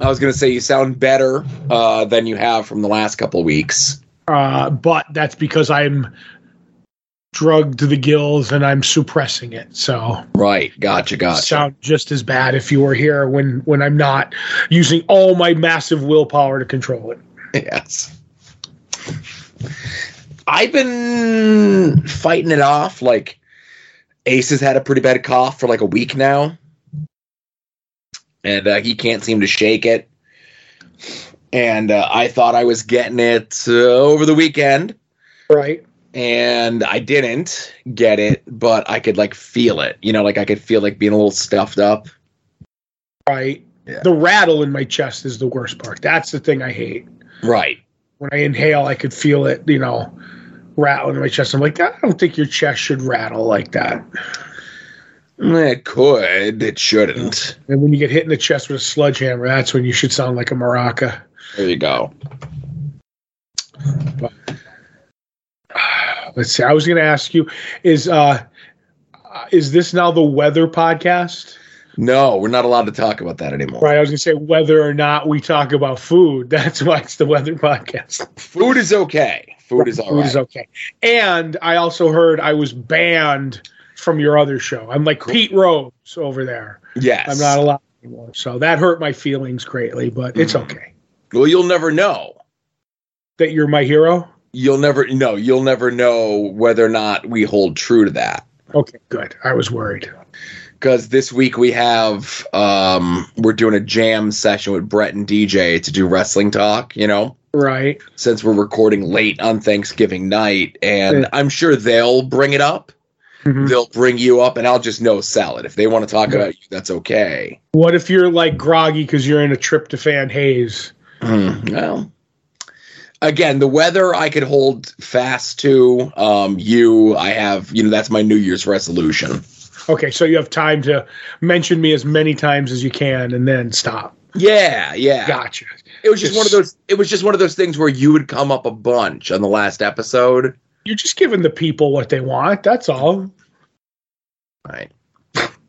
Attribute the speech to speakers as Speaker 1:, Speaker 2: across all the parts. Speaker 1: I was going to say you sound better uh, than you have from the last couple weeks.
Speaker 2: Uh, but that's because I'm drugged to the gills and I'm suppressing it. So
Speaker 1: Right. Gotcha. Gotcha.
Speaker 2: sound just as bad if you were here when when I'm not using all my massive willpower to control it.
Speaker 1: yes. I've been fighting it off. Like Ace has had a pretty bad cough for like a week now, and uh, he can't seem to shake it. And uh, I thought I was getting it uh, over the weekend,
Speaker 2: Right.
Speaker 1: and I didn't get it, but I could like feel it. You know, like I could feel like being a little stuffed up.
Speaker 2: Right.
Speaker 1: Yeah.
Speaker 2: The rattle in my chest is the worst part. That's the thing I hate.
Speaker 1: Right.
Speaker 2: When I inhale, I could feel it, you know, rattle in my chest. I'm like, I don't think your chest should rattle like that.
Speaker 1: It could. It shouldn't.
Speaker 2: And when you get hit in the chest with a sledgehammer, that's when you should sound like a maraca.
Speaker 1: There you go.
Speaker 2: Let's see. I was going to ask you is uh uh, is this now the weather podcast?
Speaker 1: No, we're not allowed to talk about that anymore.
Speaker 2: Right. I was going to say whether or not we talk about food. That's why it's the weather podcast.
Speaker 1: Food is okay. Food is all
Speaker 2: food
Speaker 1: right.
Speaker 2: is okay. And I also heard I was banned from your other show. I'm like Pete Rose over there.
Speaker 1: yes.
Speaker 2: I'm not allowed anymore. So that hurt my feelings greatly, but it's
Speaker 1: Mm.
Speaker 2: okay.
Speaker 1: well, you'll never know.
Speaker 2: That you're my hero?
Speaker 1: You'll never no. You'll never know whether or not we hold true to that.
Speaker 2: Okay, good. I was worried.
Speaker 1: Because this week we have um we're doing a jam session with Brett and DJ to do wrestling talk. You know,
Speaker 2: Right.
Speaker 1: since we're recording late on Thanksgiving night, and
Speaker 2: Yeah.
Speaker 1: I'm sure they'll bring it up.
Speaker 2: Mhm.
Speaker 1: They'll bring you up, and I'll just no sell it. If they want to talk
Speaker 2: Yeah.
Speaker 1: about you, that's okay.
Speaker 2: What if you're like groggy because you're in a tryptophan haze? Mm-hmm.
Speaker 1: Mm, well, again, the weather I could hold fast to. Um, you, I have, you know, that's my New Year's resolution.
Speaker 2: Okay, so you have time to mention me as many times as you can and then stop.
Speaker 1: Yeah, yeah.
Speaker 2: Gotcha.
Speaker 1: It was just one of those. It was just one of those things where you would come up a bunch on the last episode.
Speaker 2: You're just giving the people what they want. That's all.
Speaker 1: Right.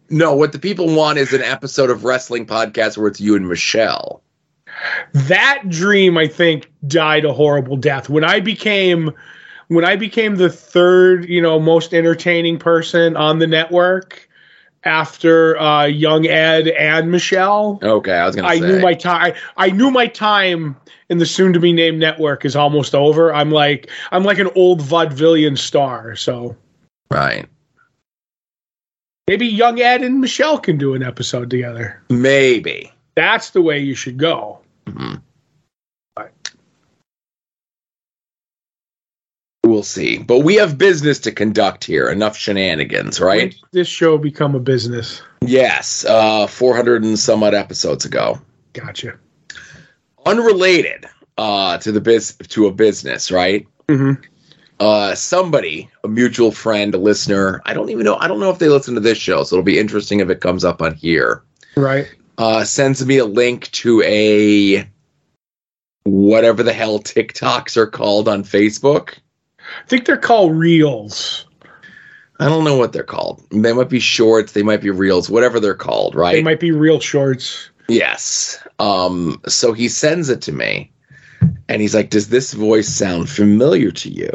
Speaker 1: No, what the people want is an episode of wrestling podcast where it's you and Michelle.
Speaker 2: that dream i think died a horrible death when i became when i became the third you know most entertaining person on the network after uh, young ed and michelle
Speaker 1: Okay, I was gonna.
Speaker 2: i
Speaker 1: say.
Speaker 2: knew my time i knew my time in the soon to be named network is almost over i'm like i'm like an old vaudevillian star so
Speaker 1: right.
Speaker 2: maybe young ed and michelle can do an episode together
Speaker 1: Maybe.
Speaker 2: that's the way you should go
Speaker 1: Mhm.
Speaker 2: Right.
Speaker 1: We'll see, but we have business to conduct here. Enough shenanigans,
Speaker 2: When
Speaker 1: right?
Speaker 2: did this show become a business
Speaker 1: Yes, uh, 400 and some odd episodes ago.
Speaker 2: gotcha
Speaker 1: Unrelated uh, to the biz to a business, right?
Speaker 2: hmm
Speaker 1: Uh, somebody, a mutual friend, a listener. I don't even know. I don't know if they listen to this show, so it'll be interesting if it comes up on here.
Speaker 2: right
Speaker 1: Uh, sends me a link to a whatever the hell TikToks are called on Facebook.
Speaker 2: I think they're called reels.
Speaker 1: I don't know what they're called. They might be shorts. They might be reels. Whatever they're called, right?
Speaker 2: They might be reel shorts.
Speaker 1: Yes. Um, so he sends it to me and he's like, Does this voice sound familiar to you?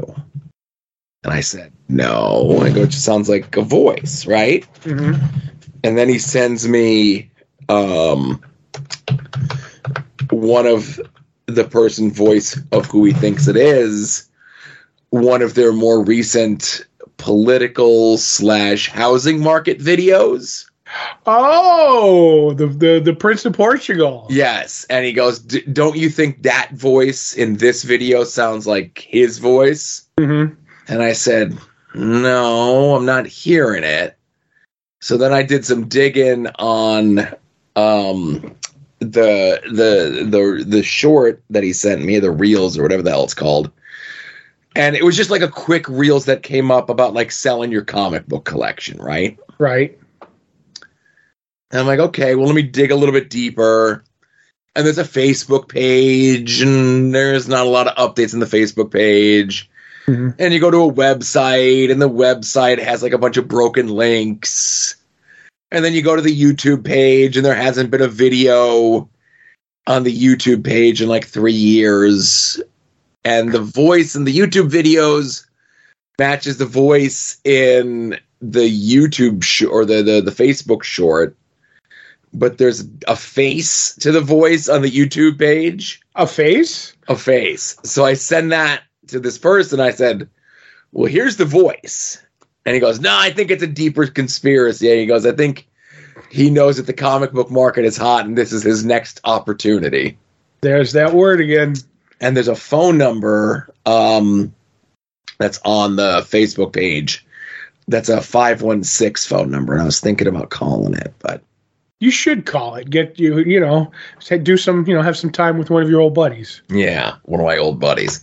Speaker 1: And I said, No. I go, It just sounds like a voice, right? And then he sends me um, one of the person voice of who he thinks it is, one of their more recent political slash housing market videos.
Speaker 2: Oh, the, the the Prince of Portugal.
Speaker 1: Yes, and he goes, D- "Don't you think that voice in this video sounds like his voice?"
Speaker 2: hmm
Speaker 1: And I said, "No, I'm not hearing it." So then I did some digging on um, the the the the short that he sent me, the reels or whatever the hell it's called, and it was just like a quick reels that came up about like selling your comic book collection, right?
Speaker 2: Right.
Speaker 1: And I'm like, okay, well, let me dig a little bit deeper. And there's a Facebook page, and there's not a lot of updates in the Facebook page.
Speaker 2: Mhm.
Speaker 1: And you go to a website, and the website has like a bunch of broken links. And then you go to the YouTube page, and there hasn't been a video. on the YouTube page in like three years. And the voice in the YouTube videos matches the voice in the YouTube sh- or the, the, the Facebook short. But there's a face to the voice on the YouTube page,
Speaker 2: A face?
Speaker 1: a face. So I send that to this person. I said, Well, here's the voice. And he goes, No, I think it's a deeper conspiracy. And he goes, I think he knows that the comic book market is hot and this is his next opportunity
Speaker 2: There's that word again.
Speaker 1: and there's a phone number um, that's on the Facebook page. That's a five one six phone number, and I was thinking about calling it, but
Speaker 2: You should call it. Get you, you know, say- do some, you know, have some time with one of your old buddies.
Speaker 1: yeah, one of my old buddies.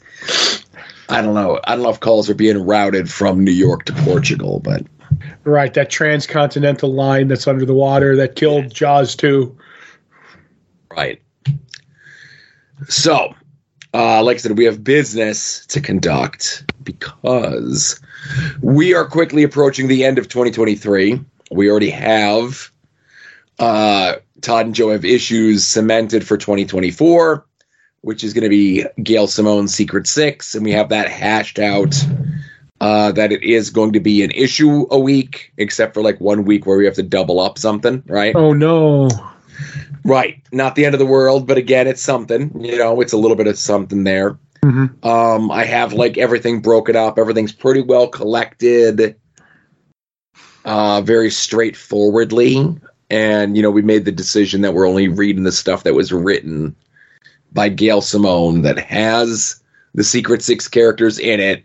Speaker 1: I don't know. I don't know if calls are being routed from New York to Portugal, but
Speaker 2: Right, that transcontinental line that's under the water that killed Jaws 2.
Speaker 1: right. So, uh, like I said, we have business to conduct because we are quickly approaching the end of 2023. We already have uh, Todd and Joe have issues cemented for 2024, which is going to be Gail Simone's Secret Six, and we have that hashed out. Uh, that it is going to be an issue a week, except for like one week where we have to double up something, right?
Speaker 2: Oh no.
Speaker 1: Right. Not the end of the world, but again, it's something. You know, it's a little bit of something there.
Speaker 2: Mhm.
Speaker 1: Um, I have like everything broken up. Everything's pretty well collected, uh, very straightforwardly. And, you know, we made the decision that we're only reading the stuff that was written by Gail Simone that has the Secret Six characters in it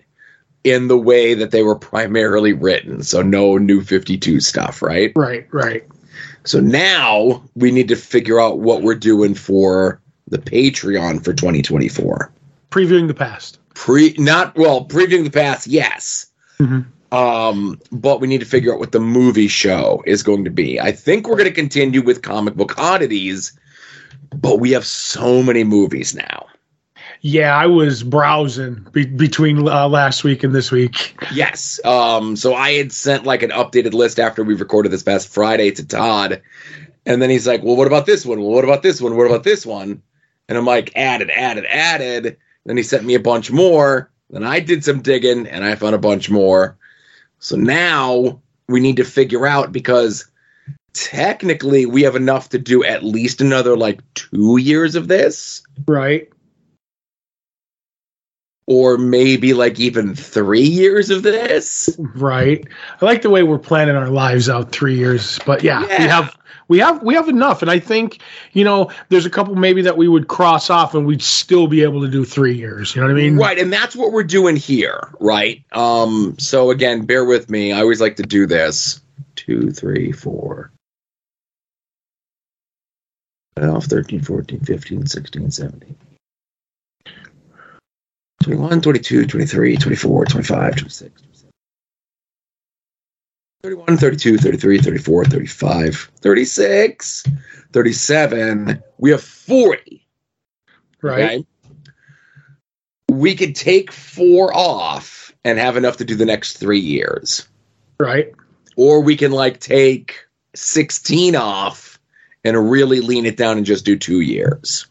Speaker 1: in the way that they were primarily written. So no new 52 stuff, right?
Speaker 2: Right, right.
Speaker 1: So now we need to figure out what we're doing for the Patreon for 2024.
Speaker 2: Previewing the past.
Speaker 1: Pre not well, previewing the past, yes.
Speaker 2: Mhm.
Speaker 1: Um, but we need to figure out what the movie show is going to be. I think we're going to continue with comic book oddities, but we have so many movies now.
Speaker 2: Yeah, I was browsing be- between uh, last week and this week.
Speaker 1: Yes. Um, so I had sent like an updated list after we recorded this past Friday to Todd. And then he's like, Well, what about this one? Well, what about this one? What about this one? And I'm like, added, added, added. Then he sent me a bunch more. Then I did some digging and I found a bunch more. So now we need to figure out because technically we have enough to do at least another like two years of this,
Speaker 2: Right.
Speaker 1: or maybe like even three years of this.
Speaker 2: Right. I like the way we're planning our lives out three years, but yeah, we
Speaker 1: Yeah.
Speaker 2: have we have we have enough, and I think you know there's a couple maybe that we would cross off, and we'd still be able to do three years. You know what I mean?
Speaker 1: right and that's what we're doing here right um so again bear with me i always like to do this two three four 12, 13 14 15 16 17 21 22 23 24 25 26 27, 31 32 33 34 35 36 37 we have 40
Speaker 2: Right.
Speaker 1: Okay? We could take four off and have enough to do the next three years.
Speaker 2: Right.
Speaker 1: Or we can like take 16 off and really lean it down and just do two years.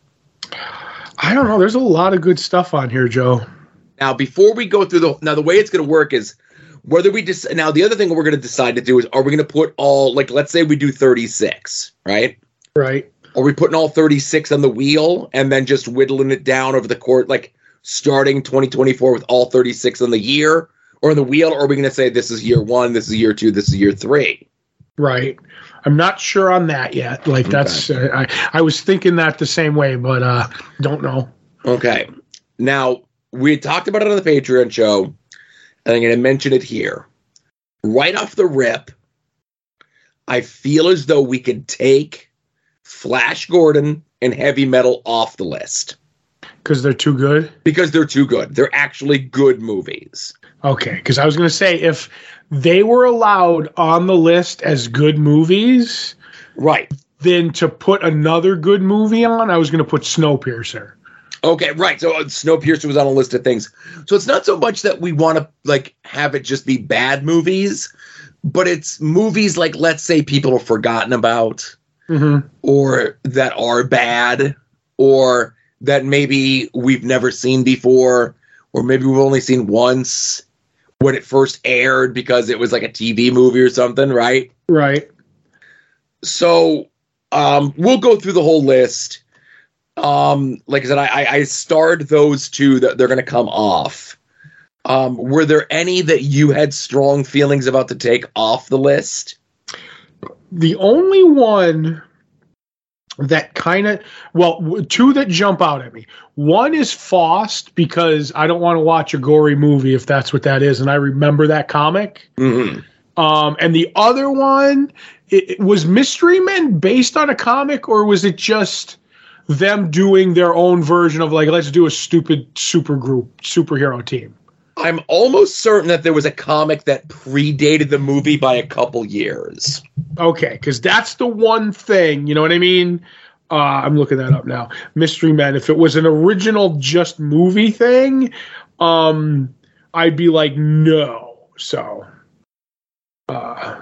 Speaker 2: I don't know. There's a lot of good stuff on here, Joe.
Speaker 1: Now, before we go through the now, the way it's going to work is whether we just now the other thing we're going to decide to do is are we going to put all like let's say we do 36, right?
Speaker 2: Right.
Speaker 1: Are we putting all 36 on the wheel and then just whittling it down over the court, like starting 2024 with all 36 on the year or on the wheel? Or are we going to say this is year one, this is year two, this is year three?
Speaker 2: Right. I'm not sure on that yet. Like that's uh, I I was thinking that the same way, but uh don't know.
Speaker 1: Okay. Now, we had talked about it on the Patreon show, and I'm going to mention it here. Right off the rip, I feel as though we could take Flash Gordon and Heavy Metal off the list
Speaker 2: Because they're too good.
Speaker 1: because they're too good. They're actually good movies.
Speaker 2: Okay, because I was going to say if they were allowed on the list as good movies,
Speaker 1: Right.
Speaker 2: then to put another good movie on, I was going to put Snowpiercer.
Speaker 1: Okay, right. So uh, Snowpiercer was on a list of things. So it's not so much that we want to like have it just be bad movies, but it's movies like let's say people have forgotten about
Speaker 2: Mm-hmm.
Speaker 1: or that are bad or that maybe we've never seen before, or maybe we've only seen once when it first aired because it was like a TV movie or something, right?
Speaker 2: Right.
Speaker 1: So um, we'll go through the whole list. Um, like I said, I, I- I starred those two that they're going to come off. Um, were there any that you had strong feelings about to take off the list?
Speaker 2: The only one that kind of well, w- two that jump out at me. One is Faust because I don't want to watch a gory movie if that's what that is, and I remember that comic.
Speaker 1: Mm-hmm.
Speaker 2: Um, and the other one it, it- was Mystery Men based on a comic, or was it just them doing their own version of like let's do a stupid super group superhero team?
Speaker 1: I'm almost certain that there was a comic that predated the movie by a couple years.
Speaker 2: Okay, because that's the one thing, you know what I mean? Uh, I'm looking that up now. Mystery Men. If it was an original just movie thing, um, I'd be like, no. So, uh,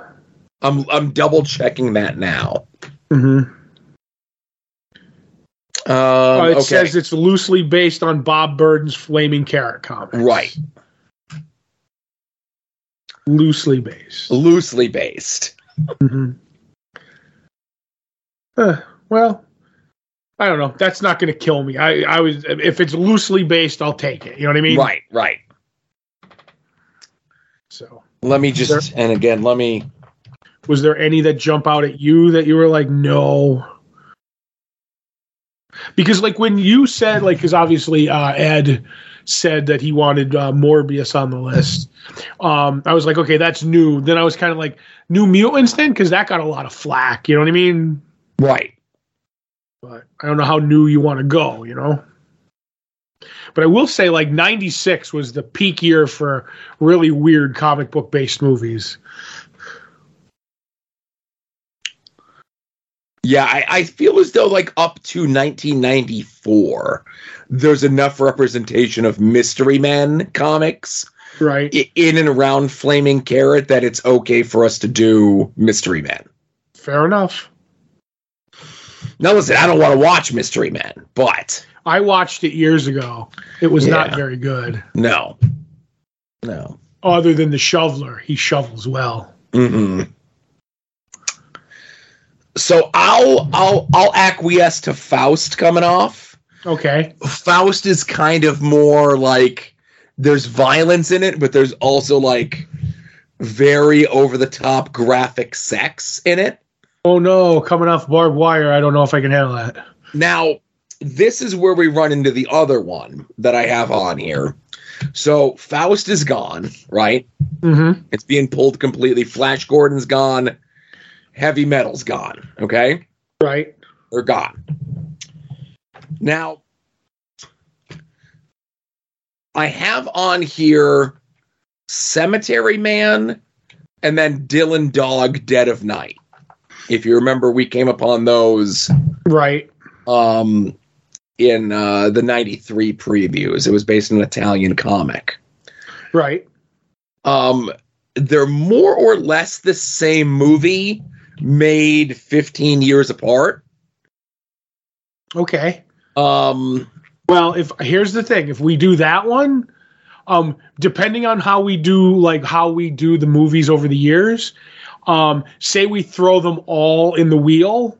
Speaker 1: I'm I'm double checking that now.
Speaker 2: mhm.
Speaker 1: Um,
Speaker 2: Uh, it
Speaker 1: okay.
Speaker 2: says it's loosely based on Bob Burden's Flaming Carrot comic.
Speaker 1: right,
Speaker 2: Loosely based.
Speaker 1: loosely based.
Speaker 2: Mhm. Uh, well, I don't know. That's not going to kill me. I, I was if it's loosely based, I'll take it. You know what I mean?
Speaker 1: Right, right.
Speaker 2: So.
Speaker 1: Let me just and again, let me
Speaker 2: was there any that jump out at you that you were like no because like when you said like because obviously uh, ed said that he wanted uh, morbius on the list um, i was like okay that's new then i was kind of like new mutants then because that got a lot of flack you know what i mean
Speaker 1: right.
Speaker 2: but i don't know how new you want to go you know but i will say like 96 was the peak year for really weird comic book based movies
Speaker 1: Yeah, I, I feel as though like up to 1994, there's enough representation of Mystery Men comics
Speaker 2: right
Speaker 1: i- in and around Flaming Carrot that it's okay for us to do Mystery Men.
Speaker 2: fair enough
Speaker 1: Now, listen, I don't want to watch Mystery Men, but
Speaker 2: I watched it years ago. It was not
Speaker 1: Yeah.
Speaker 2: very good.
Speaker 1: no, no.
Speaker 2: Other than the shoveler, he shovels well.
Speaker 1: Mm-mm. So I'll I'll I'll acquiesce to Faust coming off.
Speaker 2: Okay,
Speaker 1: Faust is kind of more like there's violence in it, but there's also like very over the top graphic sex in it.
Speaker 2: Oh no, coming off barbed wire. I don't know if I can handle that.
Speaker 1: Now, this is where we run into the other one that I have on here. So Faust is gone, right?
Speaker 2: Mm-hmm.
Speaker 1: It's being pulled completely. Flash Gordon's gone. Heavy metal's gone. Okay.
Speaker 2: Right.
Speaker 1: they're gone. Now, I have on here Cemetery Man and then Dylan Dog Dead of Night. If you remember, we came upon those
Speaker 2: Right.
Speaker 1: um, in uh, the 93 previews. It was based on an Italian comic.
Speaker 2: Right.
Speaker 1: Um, they're more or less the same movie made 15 years apart.
Speaker 2: Okay.
Speaker 1: Um,
Speaker 2: Well, if here's the thing, if we do that one, um, depending on how we do, like how we do the movies over the years, um, say we throw them all in the wheel,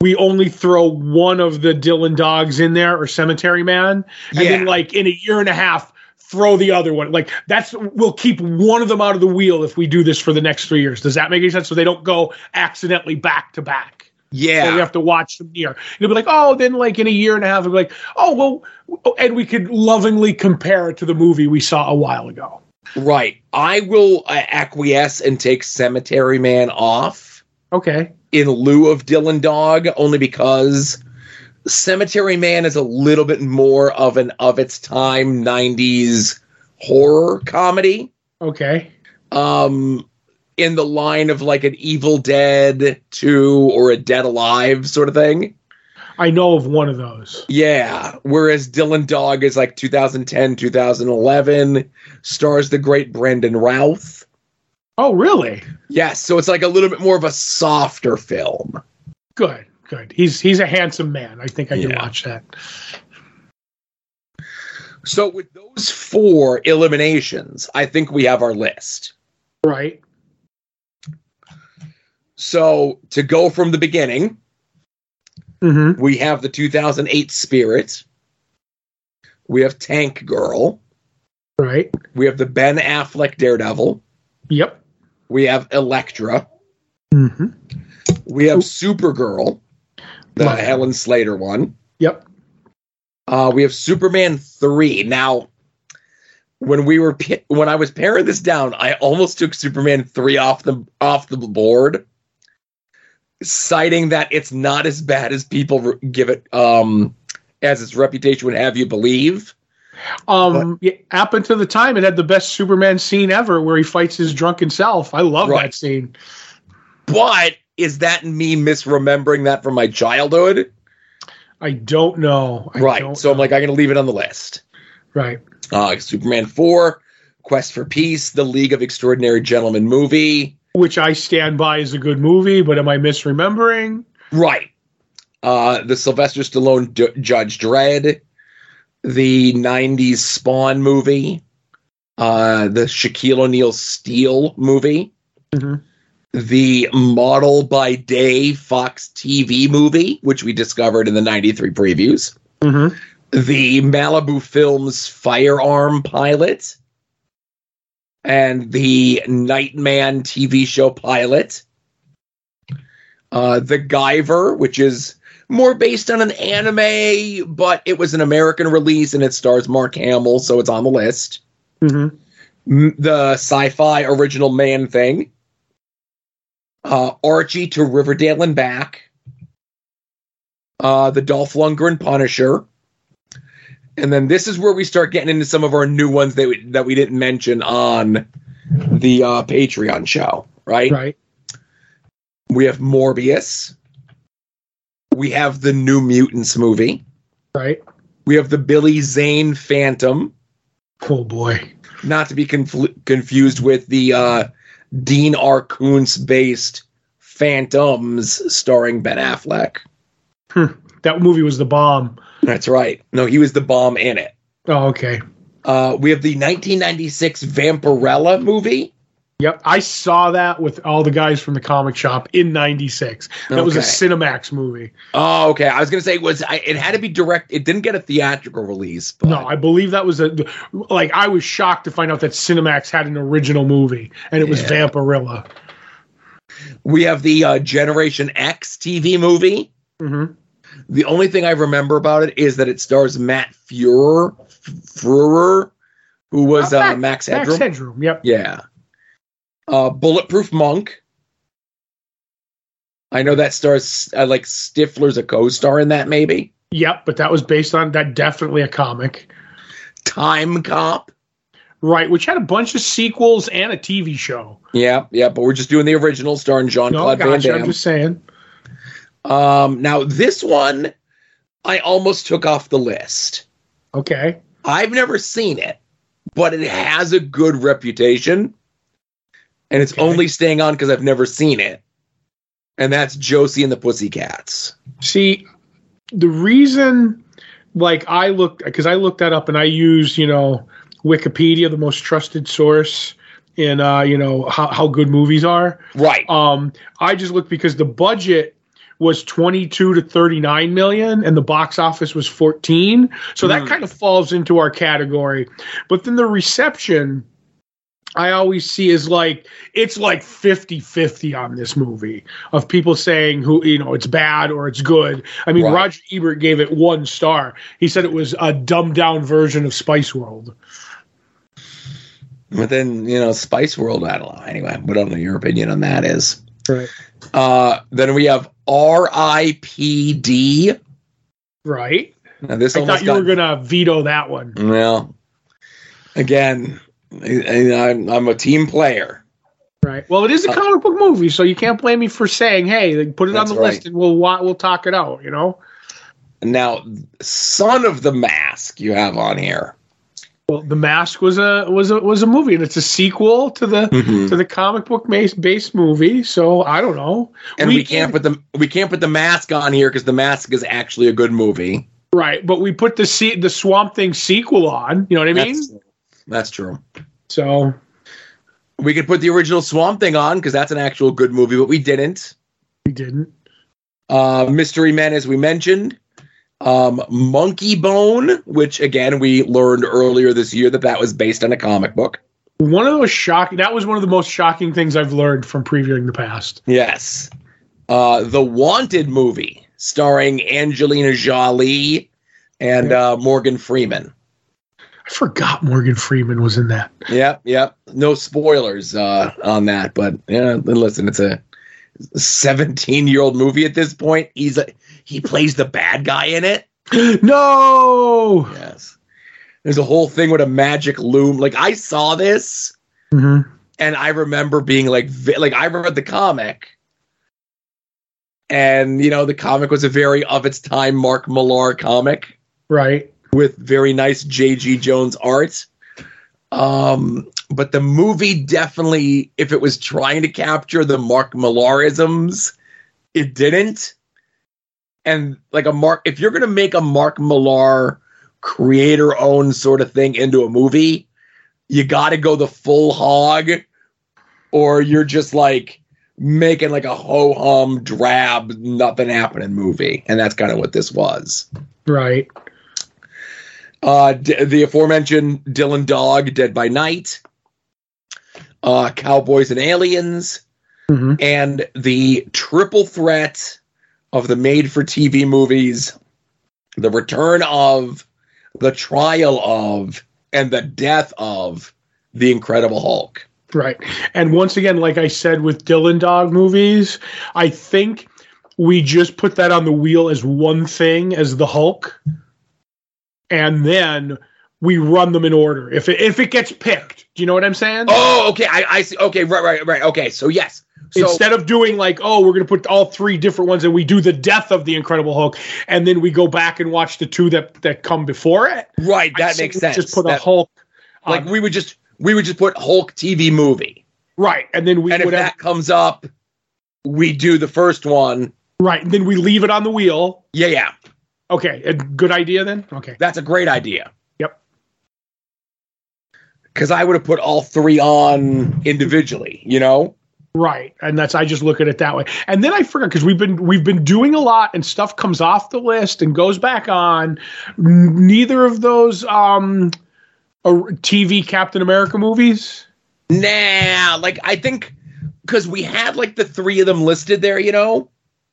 Speaker 2: we only throw one of the Dylan Dogs in there or Cemetery Man, and
Speaker 1: yeah.
Speaker 2: then like in a year and a half, throw the other one. Like that's we'll keep one of them out of the wheel if we do this for the next three years. Does that make any sense? So they don't go accidentally back to back. So
Speaker 1: yeah.
Speaker 2: we have to watch them near. It'll be like, oh, then like in a year and a half, it'll be like, oh, well, oh, and we could lovingly compare it to the movie we saw a while ago.
Speaker 1: Right. I will uh, acquiesce and take Cemetery Man off
Speaker 2: Okay.
Speaker 1: in lieu of Dylan Dog, only because Cemetery Man is a little bit more of an of its time '90s horror comedy,
Speaker 2: Okay.
Speaker 1: um, in the line of like an Evil Dead Two or a Dead Alive sort of thing.
Speaker 2: I know of one of those.
Speaker 1: Yeah. Whereas Dylan Dog is like 2010, 2011, stars the great Brendan Routh.
Speaker 2: Oh, really?
Speaker 1: Yes, so it's like a little bit more of a softer film.
Speaker 2: Good. good. He's he's a handsome man. I think I can
Speaker 1: Yeah.
Speaker 2: watch that.
Speaker 1: So with those four eliminations, I think we have our list.
Speaker 2: Right.
Speaker 1: So to go from the beginning,
Speaker 2: Mm-hmm.
Speaker 1: we have the 2008 Spirit. We have Tank Girl.
Speaker 2: Right.
Speaker 1: We have the Ben Affleck Daredevil.
Speaker 2: Yep.
Speaker 1: We have Elektra.
Speaker 2: Mm-hmm.
Speaker 1: We have
Speaker 2: Oop.
Speaker 1: Supergirl, the
Speaker 2: Love it.
Speaker 1: Helen Slater one.
Speaker 2: Yep.
Speaker 1: Uh, we have Superman three. Now, when we were pa- when I was paring this down, I almost took Superman three off the off the board, citing that it's not as bad as people re- give it um, as its reputation would have you believe.
Speaker 2: Um. yeah, up until the time, it had the best Superman scene ever, where he fights his drunken self. I love
Speaker 1: Right.
Speaker 2: that scene.
Speaker 1: But is that me misremembering that from my childhood?
Speaker 2: I don't know. I
Speaker 1: right.
Speaker 2: don't
Speaker 1: So I'm
Speaker 2: know.
Speaker 1: like, I'm gonna leave it on the list.
Speaker 2: right.
Speaker 1: Uh, Superman four, Quest for Peace, The League of Extraordinary Gentlemen movie.
Speaker 2: Which I stand by is a good movie, but am I misremembering?
Speaker 1: Right. Uh, the Sylvester Stallone D- Judge Dredd, the 90s Spawn movie, uh, the Shaquille O'Neal Steel movie,
Speaker 2: Mhm.
Speaker 1: the Model by Day Fox TV movie, which we discovered in the 93 previews,
Speaker 2: Mm-hmm.
Speaker 1: the Malibu Films Firearm pilot, and the Nightman TV show pilot. Uh, the Guyver, which is more based on an anime, but it was an American release and it stars Mark Hamill, so it's on the list.
Speaker 2: Mm-hmm.
Speaker 1: M- the sci fi original man thing. Uh, Archie to Riverdale and back. Uh, the Dolph Lundgren Punisher. And then this is where we start getting into some of our new ones that we, that we didn't mention on the uh, Patreon show, right?
Speaker 2: Right.
Speaker 1: We have Morbius. We have the New Mutants movie.
Speaker 2: Right.
Speaker 1: We have the Billy Zane Phantom,
Speaker 2: Oh boy.
Speaker 1: not to be confl- confused with the uh, Dean R. Koontz based Phantoms starring Ben Affleck.
Speaker 2: That movie was the bomb.
Speaker 1: That's right. No, he was the bomb in it.
Speaker 2: Oh, okay.
Speaker 1: Uh, we have the 1996 Vampirella movie.
Speaker 2: Yep, I saw that with all the guys from the comic shop in '96. That was a
Speaker 1: Okay.
Speaker 2: Cinemax movie.
Speaker 1: Oh, okay. I was gonna say it was I, it had to be direct. It didn't get a theatrical release. But
Speaker 2: No, I believe that was a like I was shocked to find out that Cinemax had an original movie and it was
Speaker 1: Yeah.
Speaker 2: Vampirilla.
Speaker 1: we have the uh, Generation X TV movie.
Speaker 2: Mm-hmm.
Speaker 1: The only thing I remember about it is that it stars Matt Fuhrer, Fuhrer who was
Speaker 2: Uh,
Speaker 1: uh,
Speaker 2: Max-
Speaker 1: Max
Speaker 2: Max
Speaker 1: Headroom.
Speaker 2: Headroom. Yep.
Speaker 1: Yeah. Uh, Bulletproof Monk. I know that stars uh, like Stifler's a co-star in that maybe.
Speaker 2: Yep, but that was based on that definitely a comic,
Speaker 1: Time Cop.
Speaker 2: right? Which had a bunch of sequels and a TV show.
Speaker 1: Yeah, yeah, but we're just doing the original starring Jean
Speaker 2: No,
Speaker 1: Claude Van
Speaker 2: gosh,
Speaker 1: Damme.
Speaker 2: I'm just saying.
Speaker 1: Um, now this one, I almost took off the list.
Speaker 2: Okay,
Speaker 1: I've never seen it, but it has a good reputation. And it's
Speaker 2: Okay.
Speaker 1: only staying on because I've never seen it. And that's Josie and the Pussycats.
Speaker 2: See, the reason, like, I looked because I looked that up and I used, you know, Wikipedia, the most trusted source in, uh, you know, how, how good movies are.
Speaker 1: Right.
Speaker 2: Um, I just looked because the budget was 22 to 39 million and the box office was 14. So that
Speaker 1: Mm.
Speaker 2: kind of falls into our category. But then the reception I always see is like it's like 50-50 on this movie of people saying who you know it's bad or it's good. I mean
Speaker 1: Right.
Speaker 2: Roger Ebert gave it 1 star. He said it was a dumbed down version of Spice World.
Speaker 1: But then, you know, Spice World, I don't know. Anyway, what I don't know your opinion on that is.
Speaker 2: Right.
Speaker 1: Uh, then we have R.I.P.D.
Speaker 2: Right?
Speaker 1: Now this
Speaker 2: I
Speaker 1: almost
Speaker 2: thought you
Speaker 1: got
Speaker 2: were going to veto that one.
Speaker 1: well. Again, I- I- I'm I'm a team player.
Speaker 2: Right. Well, it is a
Speaker 1: Uh,
Speaker 2: comic book movie, so you can't blame me for saying, "Hey, like, put it on
Speaker 1: That's
Speaker 2: the
Speaker 1: right.
Speaker 2: list, and we'll wa- we'll talk it out." You know.
Speaker 1: Now, Son of the Mask, you have on here.
Speaker 2: Well, The Mask was a was a was a movie, and it's a sequel to the
Speaker 1: Mhm.
Speaker 2: to the comic book base, based movie. So I don't know.
Speaker 1: And we, can't put the we can't put the mask on here because the mask is actually a good movie.
Speaker 2: right, but we put the se- the Swamp Thing sequel on. You know what I mean?
Speaker 1: That's- that's true.
Speaker 2: so
Speaker 1: We could put the original Swamp Thing on because that's an actual good movie, but we didn't.
Speaker 2: we didn't.
Speaker 1: Uh, Mystery Men, as we mentioned. Um, Monkey Bone, which again we learned earlier this year that that was based on a comic book.
Speaker 2: One of those shocking. That was one of the most shocking things I've learned from previewing the past.
Speaker 1: Yes. Uh, the Wanted movie starring Angelina Jolie and uh, Morgan Freeman.
Speaker 2: I forgot Morgan Freeman was in that.
Speaker 1: Yep, yep. No spoilers uh, on that, but yeah, listen, it's a 17-year-old movie at this point. He's a, he plays the bad guy in it.
Speaker 2: No.
Speaker 1: Yes. There's a whole thing with a magic loom. Like I saw this
Speaker 2: Mhm.
Speaker 1: and I remember being like vi- like I read the comic. And you know, the comic was a very of its time Mark Millar comic
Speaker 2: Right.
Speaker 1: with very nice JG Jones art. Um but the movie definitely if it was trying to capture the Mark Millarisms, it didn't. And like a Mark if you're going to make a Mark Millar creator owned sort of thing into a movie, you got to go the full hog or you're just like making like a ho hum drab nothing happening movie and that's kind of what this was.
Speaker 2: Right.
Speaker 1: Uh, d- the aforementioned Dylan Dog, Dead by Night, uh, Cowboys and Aliens,
Speaker 2: hmm
Speaker 1: and the triple threat of the made for TV movies, the return of, the trial of, and the death of the Incredible Hulk.
Speaker 2: Right. And once again, like I said with Dylan Dog movies, I think we just put that on the wheel as one thing, as the Hulk. And then we run them in order. If it, if it gets picked, do you know what I'm saying?
Speaker 1: Oh, okay. I, I see. Okay. Right, right, right. Okay. So, yes. So,
Speaker 2: Instead of doing like, oh, we're going to put all three different ones and we do the death of the Incredible Hulk and then we go back and watch the two that, that come before it.
Speaker 1: right.
Speaker 2: I
Speaker 1: That
Speaker 2: say
Speaker 1: makes
Speaker 2: we
Speaker 1: sense.
Speaker 2: Just put a
Speaker 1: That-
Speaker 2: Hulk. on
Speaker 1: like,
Speaker 2: it.
Speaker 1: we would just. We would just put Hulk TV movie.
Speaker 2: right. And then we
Speaker 1: and if
Speaker 2: would have,
Speaker 1: that comes up, we do the first one.
Speaker 2: right. And then we leave it on the wheel.
Speaker 1: Yeah, yeah,
Speaker 2: Okay. A good idea then? Okay.
Speaker 1: that's a great idea.
Speaker 2: Yep.
Speaker 1: Because I would have put all three on individually, you know.
Speaker 2: Right, and that's I just look at it that way. And then I forgot because we've been we've been doing a lot, and stuff comes off the list and goes back on. N- Neither of those um, uh, TV Captain America movies.
Speaker 1: Nah, like I think because we had like the three of them listed there, you know.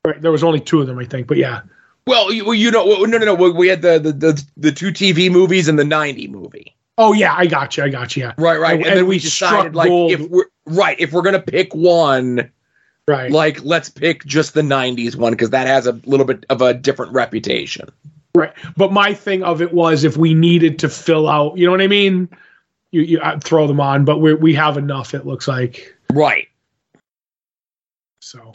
Speaker 2: Right, there was only two of them, I think. But yeah,
Speaker 1: Well, you, you know, well, no, no, no. we- We had the the, the the two TV movies and the ninety movie.
Speaker 2: oh yeah, I got you, I got you. Yeah,
Speaker 1: Right, right. And,
Speaker 2: And
Speaker 1: then
Speaker 2: we
Speaker 1: we
Speaker 2: struck
Speaker 1: decided like
Speaker 2: gold.
Speaker 1: if we're right, if we're gonna pick one,
Speaker 2: right,
Speaker 1: like let's pick just the '90s one because that has a little bit of a different reputation.
Speaker 2: right. But my thing of it was if we needed to fill out, you know what I mean? You you i throw them on, but we we have enough. It looks like
Speaker 1: Right.
Speaker 2: so.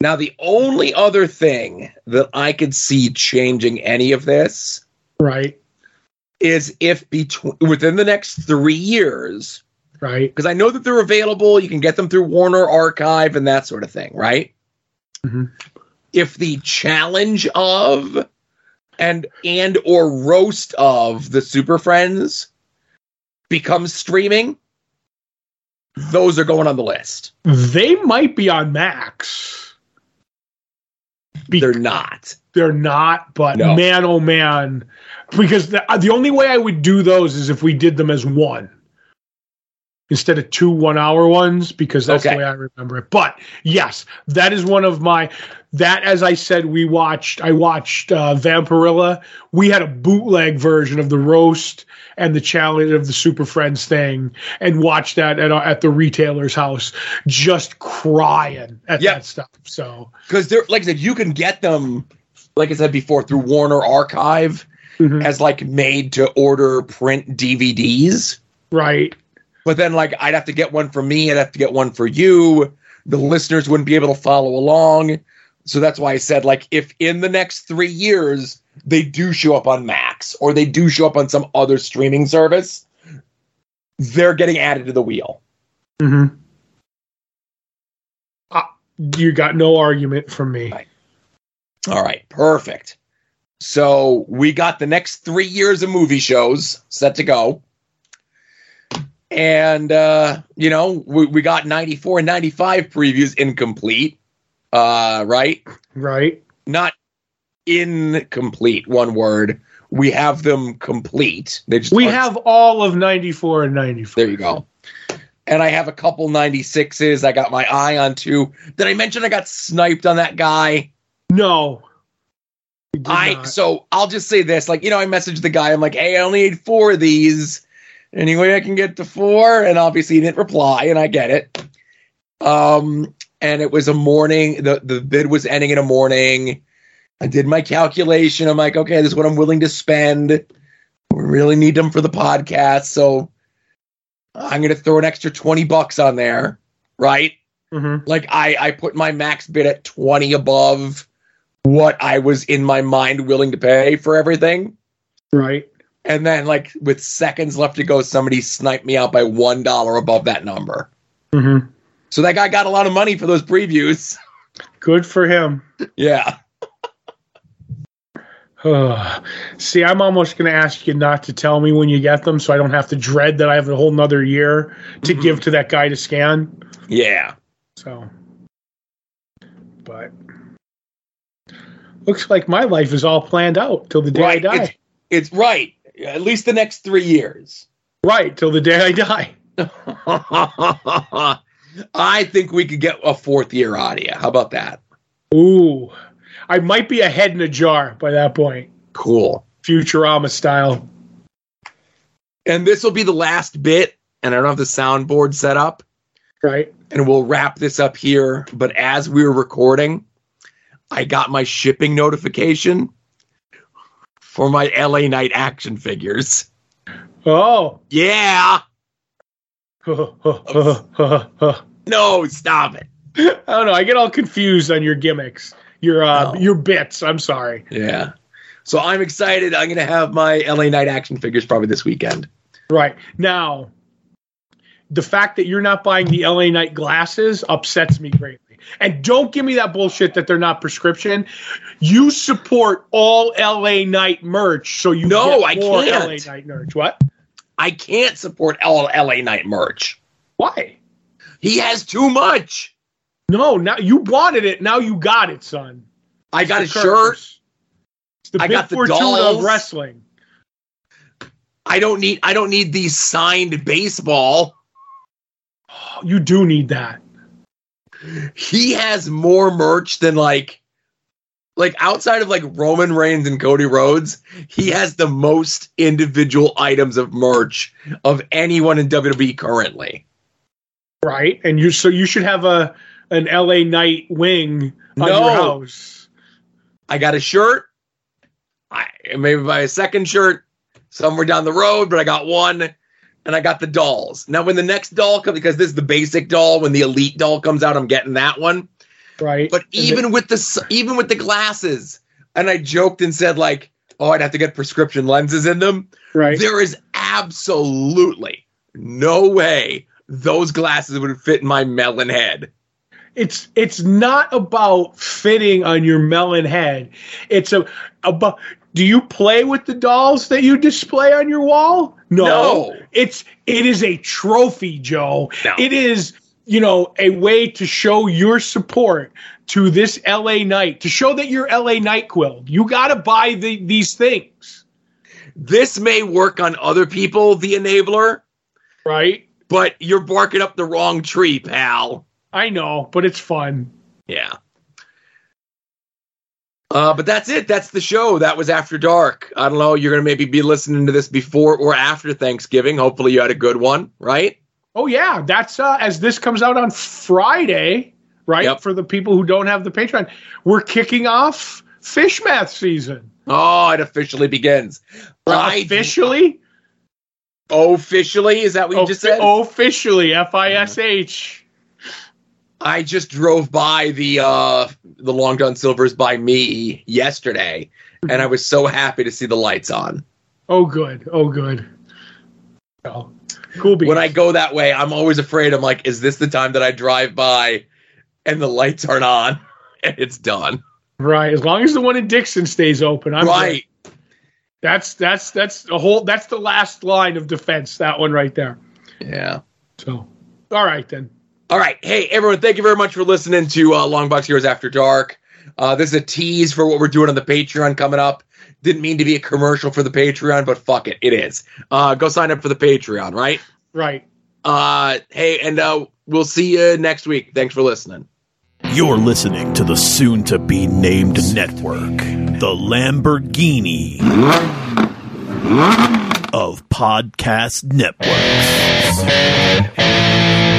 Speaker 1: Now, the only other thing that I could see changing any of this
Speaker 2: Right,
Speaker 1: is if between within the next three years,
Speaker 2: right.
Speaker 1: because I know that they're available, you can get them through Warner Archive and that sort of thing, right?
Speaker 2: Mhm.
Speaker 1: If the challenge of and and or roast of the Super Friends becomes streaming, those are going on the list.
Speaker 2: They might be on Max. Be-
Speaker 1: They're not.
Speaker 2: They're not, but
Speaker 1: No.
Speaker 2: man, oh man, because the, uh, the only way I would do those is if we did them as one instead of two one-hour ones, because that's
Speaker 1: Okay.
Speaker 2: the way I remember it. But yes, that is one of my. That, as I said, we watched. I watched uh, Vampirilla. We had a bootleg version of the roast and the challenge of the Super Friends thing, and watched that at our- at the retailer's house, just crying at
Speaker 1: Yep.
Speaker 2: that stuff. So
Speaker 1: because they're like I said, you can get them, like I said before, through Warner Archive
Speaker 2: Mm-hmm.
Speaker 1: as like made to order print DVDs.
Speaker 2: right.
Speaker 1: But then like I'd have to get one for me, I'd have to get one for you. The listeners wouldn't be able to follow along. So that's why I said like if in the next three years they do show up on Max or they do show up on some other streaming service, they're getting added to the wheel.
Speaker 2: Mm-hmm. Ah, you got no argument from me.
Speaker 1: Right. All right, perfect. So we got the next three years of movie shows set to go. And, uh, you know, we, we got 94 and 95 previews incomplete, uh, right?
Speaker 2: Right.
Speaker 1: Not incomplete, one word. We have them complete. They just
Speaker 2: We
Speaker 1: aren't-
Speaker 2: have all of 94 and 94.
Speaker 1: There you go. And I have a couple 96s. I got my eye on two. Did I mention I got sniped on that guy?
Speaker 2: No. You did
Speaker 1: I
Speaker 2: not.
Speaker 1: so I'll just say this, like you know, I messaged the guy. I'm like, hey, I only need four of these. Any way I can get to four? And obviously he didn't reply, and I get it. Um, and it was a morning. the The bid was ending in a morning. I did my calculation. I'm like, okay, this is what I'm willing to spend. We really need them for the podcast, so I'm gonna throw an extra twenty bucks on there, right?
Speaker 2: Mhm.
Speaker 1: like I I put my max bid at 20 above what I was in my mind willing to pay for everything.
Speaker 2: Right.
Speaker 1: And then like with seconds left to go, somebody sniped me out by one dollar above that number.
Speaker 2: Mm-hmm.
Speaker 1: So that guy got a lot of money for those previews.
Speaker 2: Good for him.
Speaker 1: Yeah.
Speaker 2: See, I'm almost going to ask you not to tell me when you get them so I don't have to dread that I have a whole nother year to
Speaker 1: Mhm.
Speaker 2: give to that guy to scan.
Speaker 1: Yeah.
Speaker 2: So, but looks like my life is all planned out till the day
Speaker 1: Right.
Speaker 2: I die.
Speaker 1: It's, it's right. At least the next three years.
Speaker 2: right. Till the day I die.
Speaker 1: I think we could get a fourth year out of you. How about that?
Speaker 2: Ooh. I might be a head in a jar by that point,
Speaker 1: Cool.
Speaker 2: Futurama style.
Speaker 1: And this will be the last bit, and I don't have the soundboard set up,
Speaker 2: Right.
Speaker 1: and we'll wrap this up here. But as we were recording, I got my shipping notification for my LA Night action figures.
Speaker 2: Oh.
Speaker 1: Yeah. No, stop it.
Speaker 2: I don't know. I get all confused on your gimmicks, your uh,
Speaker 1: No.
Speaker 2: your bits. I'm sorry.
Speaker 1: Yeah. So I'm excited. I'm going to have my LA Night action figures probably this weekend.
Speaker 2: Right now, the fact that you're not buying the LA Night glasses upsets me greatly. And don't give me that bullshit that they're not prescription. You support all LA Night merch, so you
Speaker 1: No,
Speaker 2: get
Speaker 1: I
Speaker 2: more
Speaker 1: can't.
Speaker 2: LA Night merch. What?
Speaker 1: I can't support all LA Night merch.
Speaker 2: Why?
Speaker 1: He has too much.
Speaker 2: No, now you wanted it. Now you got it, son.
Speaker 1: I got a
Speaker 2: It's the
Speaker 1: shirt.
Speaker 2: curse. It's the
Speaker 1: I
Speaker 2: big
Speaker 1: got the
Speaker 2: fortuna
Speaker 1: dolls.
Speaker 2: of wrestling.
Speaker 1: I don't need I don't need the signed baseball.
Speaker 2: You do need that.
Speaker 1: He has more merch than like like outside of like Roman Reigns and Cody Rhodes, he has the most individual items of merch of anyone in WWE currently.
Speaker 2: Right, and you so you should have a an LA night wing
Speaker 1: No.
Speaker 2: on your house.
Speaker 1: I got a shirt. I maybe buy a second shirt somewhere down the road, but I got one and I got the dolls. Now when the next doll comes because this is the basic doll, when the elite doll comes out, I'm getting that one.
Speaker 2: Right,
Speaker 1: But
Speaker 2: And
Speaker 1: even with the s- even with the glasses, and I joked and said like, "Oh, I'd have to get prescription lenses in them."
Speaker 2: the- right,
Speaker 1: There is absolutely no way those glasses would fit in my melon head.
Speaker 2: it's it's not about fitting on your melon head. It's a about. Do you play with the dolls that you display on your wall? No, it's it is a trophy, Joe.
Speaker 1: No.
Speaker 2: It is you know a way to show your support to this LA night to show that you're LA night quill. You got to buy the, these things,
Speaker 1: this may work on other people, the enabler,
Speaker 2: right?
Speaker 1: but you're barking up the wrong tree, pal.
Speaker 2: I know, but it's fun.
Speaker 1: Yeah. Uh, but that's it. That's the show. That was After Dark. I don't know. You're going to maybe be listening to this before or after Thanksgiving. Hopefully, you had a good one, right?
Speaker 2: Oh yeah, that's uh, as this comes out on Friday, right?
Speaker 1: Yep.
Speaker 2: For the people who don't have the Patreon, we're kicking off fish math season
Speaker 1: Oh, it officially begins. I-
Speaker 2: officially.
Speaker 1: officially is that what you just said?
Speaker 2: officially, F I S H.
Speaker 1: I just drove by the uh the Long John Silver's by me yesterday, and I was so happy to see the lights on.
Speaker 2: Oh, good. Oh, good. Oh, cool. Beans.
Speaker 1: When I go that way, I'm always afraid. I'm like, is this the time that I drive by and the lights aren't on and it's done?
Speaker 2: right, as long as the one in Dixon stays open, I'm
Speaker 1: right.
Speaker 2: good. That's that's that's a whole. That's the last line of defense. That one right there.
Speaker 1: Yeah.
Speaker 2: So, all right then.
Speaker 1: All right. Hey, everyone, thank you very much for listening to uh, Long Box Heroes After Dark. Uh, this is a tease for what we're doing on the Patreon coming up. Didn't mean to be a commercial for the Patreon, but fuck it. It is. Uh, go sign up for the Patreon, right?
Speaker 2: Right.
Speaker 1: Uh, hey, and uh, we'll see you next week. Thanks for listening.
Speaker 3: You're listening to the soon to be named network, the Lamborghini of Podcast Networks.